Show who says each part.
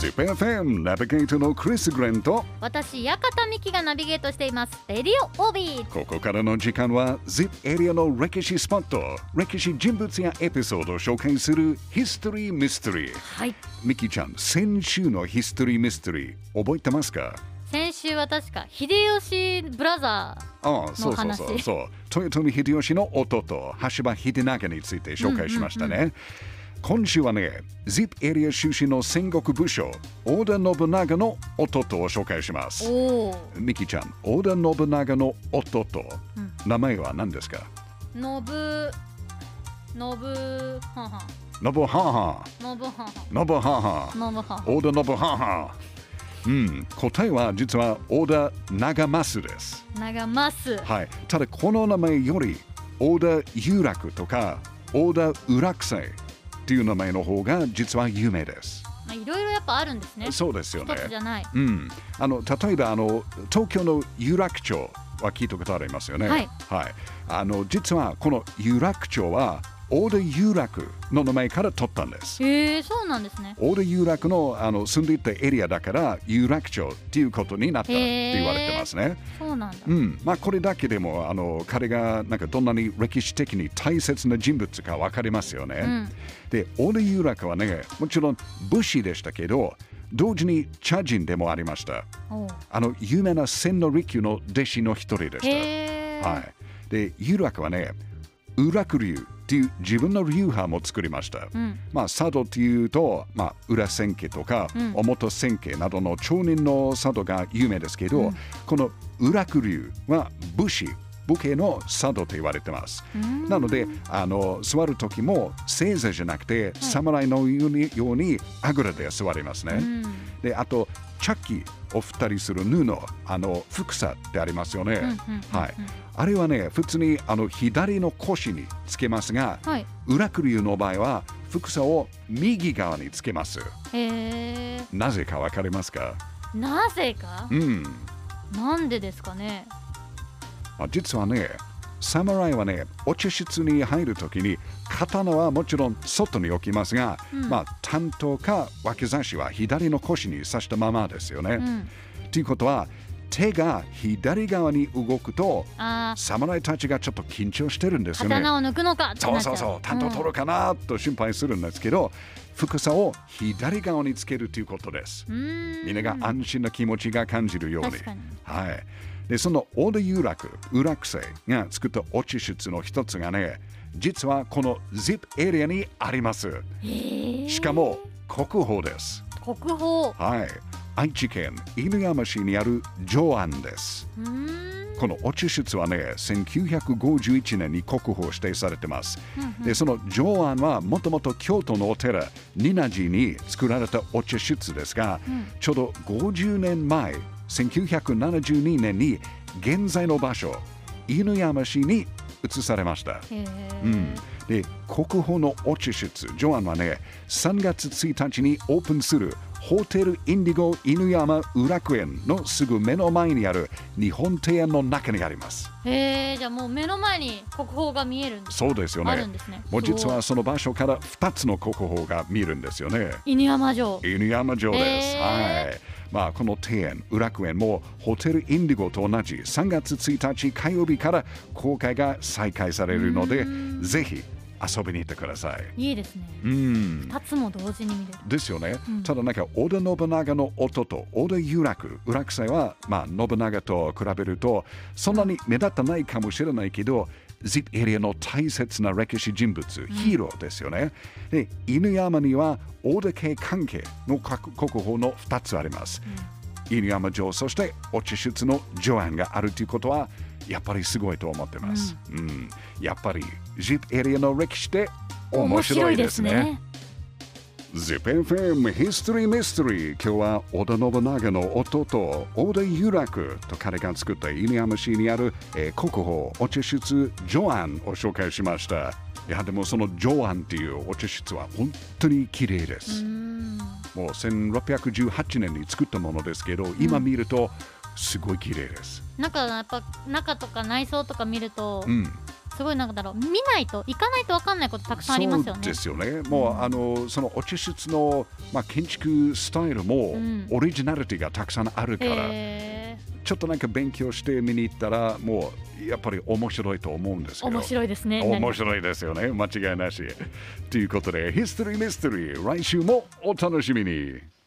Speaker 1: ZIPFM ナビゲートのクリス・グレンと
Speaker 2: 私館美希がナビゲートしていますレディオオビー
Speaker 1: ここからの時間は ZIP エリアの歴史スポット歴史人物やエピソードを紹介するヒストリー・ミステリー
Speaker 2: はい
Speaker 1: ミキちゃん先週のヒストリー・ミステリー覚えてますか
Speaker 2: 先週は確か秀吉ブラザ
Speaker 1: ああそうそう
Speaker 2: 話
Speaker 1: そうそう豊臣秀吉の弟羽柴秀長について紹介しましたね、今週はね ZIP エリア出身の戦国武将織田信長の弟を紹介しま
Speaker 2: ー
Speaker 1: す
Speaker 2: おお
Speaker 1: ミキちゃん織田信長の弟、
Speaker 2: うん
Speaker 1: 名前は何ですか
Speaker 2: のぶのぶはんはん
Speaker 1: 信長
Speaker 2: のぶはんはん
Speaker 1: 信長
Speaker 2: のぶはんはん
Speaker 1: 織田信長うん答えは実は織田長政です
Speaker 2: 長ます
Speaker 1: はい、ただこの名前より織田有楽とか織田有楽斎っていう名前の方が実は有名です。
Speaker 2: まあいろいろやっぱあるんですね一
Speaker 1: そうですよね。
Speaker 2: つじゃない
Speaker 1: うん、あの例えばあの東京の有楽町は聞いたことありますよね。
Speaker 2: はい、
Speaker 1: あの実はこの有楽町は織田有楽の名前から取ったんです。
Speaker 2: へえー、そうなんですね
Speaker 1: オール有楽のあの住んでいたエリアだから有楽町っていうことになったって言われてますね。
Speaker 2: そうなんだ
Speaker 1: うんまあ、これだけでもあの彼がなんかどんなに歴史的に大切な人物か分かりますよね。
Speaker 2: ん
Speaker 1: で、オル・ユラクはね、もちろん武士でしたけど、同時に茶人でもありました。
Speaker 2: おう
Speaker 1: あの有名な千利休の弟子の一人でし
Speaker 2: へえ
Speaker 1: た。はい、で、ユラクはね、ウラク流っていう自分の流派も作りました。
Speaker 2: うん
Speaker 1: まあ、佐渡っていうと、まあ、裏千家とか、
Speaker 2: うん
Speaker 1: 表千家などの町人の佐渡が有名ですけど、この裏九流は武士武家の佐渡と言われてます。
Speaker 2: うん
Speaker 1: なのであの座る時も正座じゃなくて、侍のようにようにあぐらで座りますね。
Speaker 2: うん
Speaker 1: であとチャッキを振ったりする布あの服さってありますよね。
Speaker 2: うんうんうん
Speaker 1: はい、あれはね普通にあの左の腰につけますが、
Speaker 2: はい
Speaker 1: 裏クリュウの場合は服さを右側につけます
Speaker 2: へえ
Speaker 1: なぜかわかりますか
Speaker 2: なぜか
Speaker 1: うん
Speaker 2: なんでですかね
Speaker 1: あ実はね侍はねお茶室に入るときに刀はもちろん外に置きますが、
Speaker 2: うん
Speaker 1: まあ担当か脇差しは左の腰に刺したままですよね、
Speaker 2: うん
Speaker 1: ということは手が左側に動くと
Speaker 2: あー
Speaker 1: 侍たちがちょっと緊張してるんですよね
Speaker 2: 刀を抜くのかって
Speaker 1: そ
Speaker 2: な
Speaker 1: う
Speaker 2: っちゃ
Speaker 1: そうそう、担当取るかなと心配するんですけど、深さを左側につけるということです。
Speaker 2: うんうーん
Speaker 1: みんなが安心な気持ちが感じるように
Speaker 2: 確かに。
Speaker 1: はい。で、そのオール有楽、有楽星が作ったオチ室の一つがね、実はこの ZIP エリアにあります。
Speaker 2: えー
Speaker 1: しかも国宝です。
Speaker 2: 国宝う
Speaker 1: はい。愛知県犬山市にある上安です。
Speaker 2: ーん
Speaker 1: このオチ室はね、1951年に国宝指定されてます。で、その上安はもともと京都のお寺、仁和寺に作られたお茶室ですが、ちょうど50年前、1972年に現在の場所、犬山市に移されました。
Speaker 2: へ
Speaker 1: う
Speaker 2: ー
Speaker 1: ん、で国宝のオチ室ジョアンはね3月1日にオープンするホテルインディゴ犬山裏区園のすぐ目の前にある日本庭園の中にあります
Speaker 2: へえじゃあもう目の前に国宝が見えるんです
Speaker 1: そうですよ
Speaker 2: あるん
Speaker 1: ね
Speaker 2: ですね
Speaker 1: もう実
Speaker 2: すご
Speaker 1: はいその場所から2つの国宝が見えるんですよね
Speaker 2: 犬山城
Speaker 1: 犬山城です、
Speaker 2: へー
Speaker 1: はいまあこの庭園裏区園もホテルインディゴと同じ3月1日火曜日から公開が再開されるのでぜひ遊びに行ってください
Speaker 2: いいですね
Speaker 1: うん
Speaker 2: 二つも同時に見れる
Speaker 1: ですよね、ただなんか織田信長の弟織田有楽有楽斎は、まあ、信長と比べるとそんなに目立たないかもしれないけど ZIP エリアの大切な歴史人物、ヒーローですよねで犬山には織田家関係の国国宝の2つあります、犬山城そしてお茶室の上案があるということはやっぱりすごいと思ってます、うんやっぱり ZIP エリアの歴史って面白いです
Speaker 2: 面白い
Speaker 1: ね
Speaker 2: ですね
Speaker 1: ZIPFM ヒストリーミステリー今日は織田信長の弟織田有楽と彼が作った犬山市にある、えー国宝お茶室ジョアンを紹介しましたいやでもそのジョアンっていうお茶室は本当に綺麗で
Speaker 2: う
Speaker 1: す、
Speaker 2: ん
Speaker 1: もう1618年に作ったものですけど今見るとすごい綺麗です
Speaker 2: なんかやっぱ中とか内装とか見ると
Speaker 1: うん
Speaker 2: すごいなんかだろう見ないと行かないと分かんないことたくさんありますよ
Speaker 1: そう
Speaker 2: ね
Speaker 1: ですよね。もう、あのそのお茶室の、まあ、建築スタイルも、
Speaker 2: うん
Speaker 1: オリジナリティがたくさんあるから、
Speaker 2: へ
Speaker 1: ちょっとなんか勉強して見に行ったらもうやっぱり面白いと思うんです
Speaker 2: ー
Speaker 1: よ。
Speaker 2: 面白いですね
Speaker 1: 面白いですよね。間違いなし。ということで、ヒストリーミステリー、来週もお楽しみに。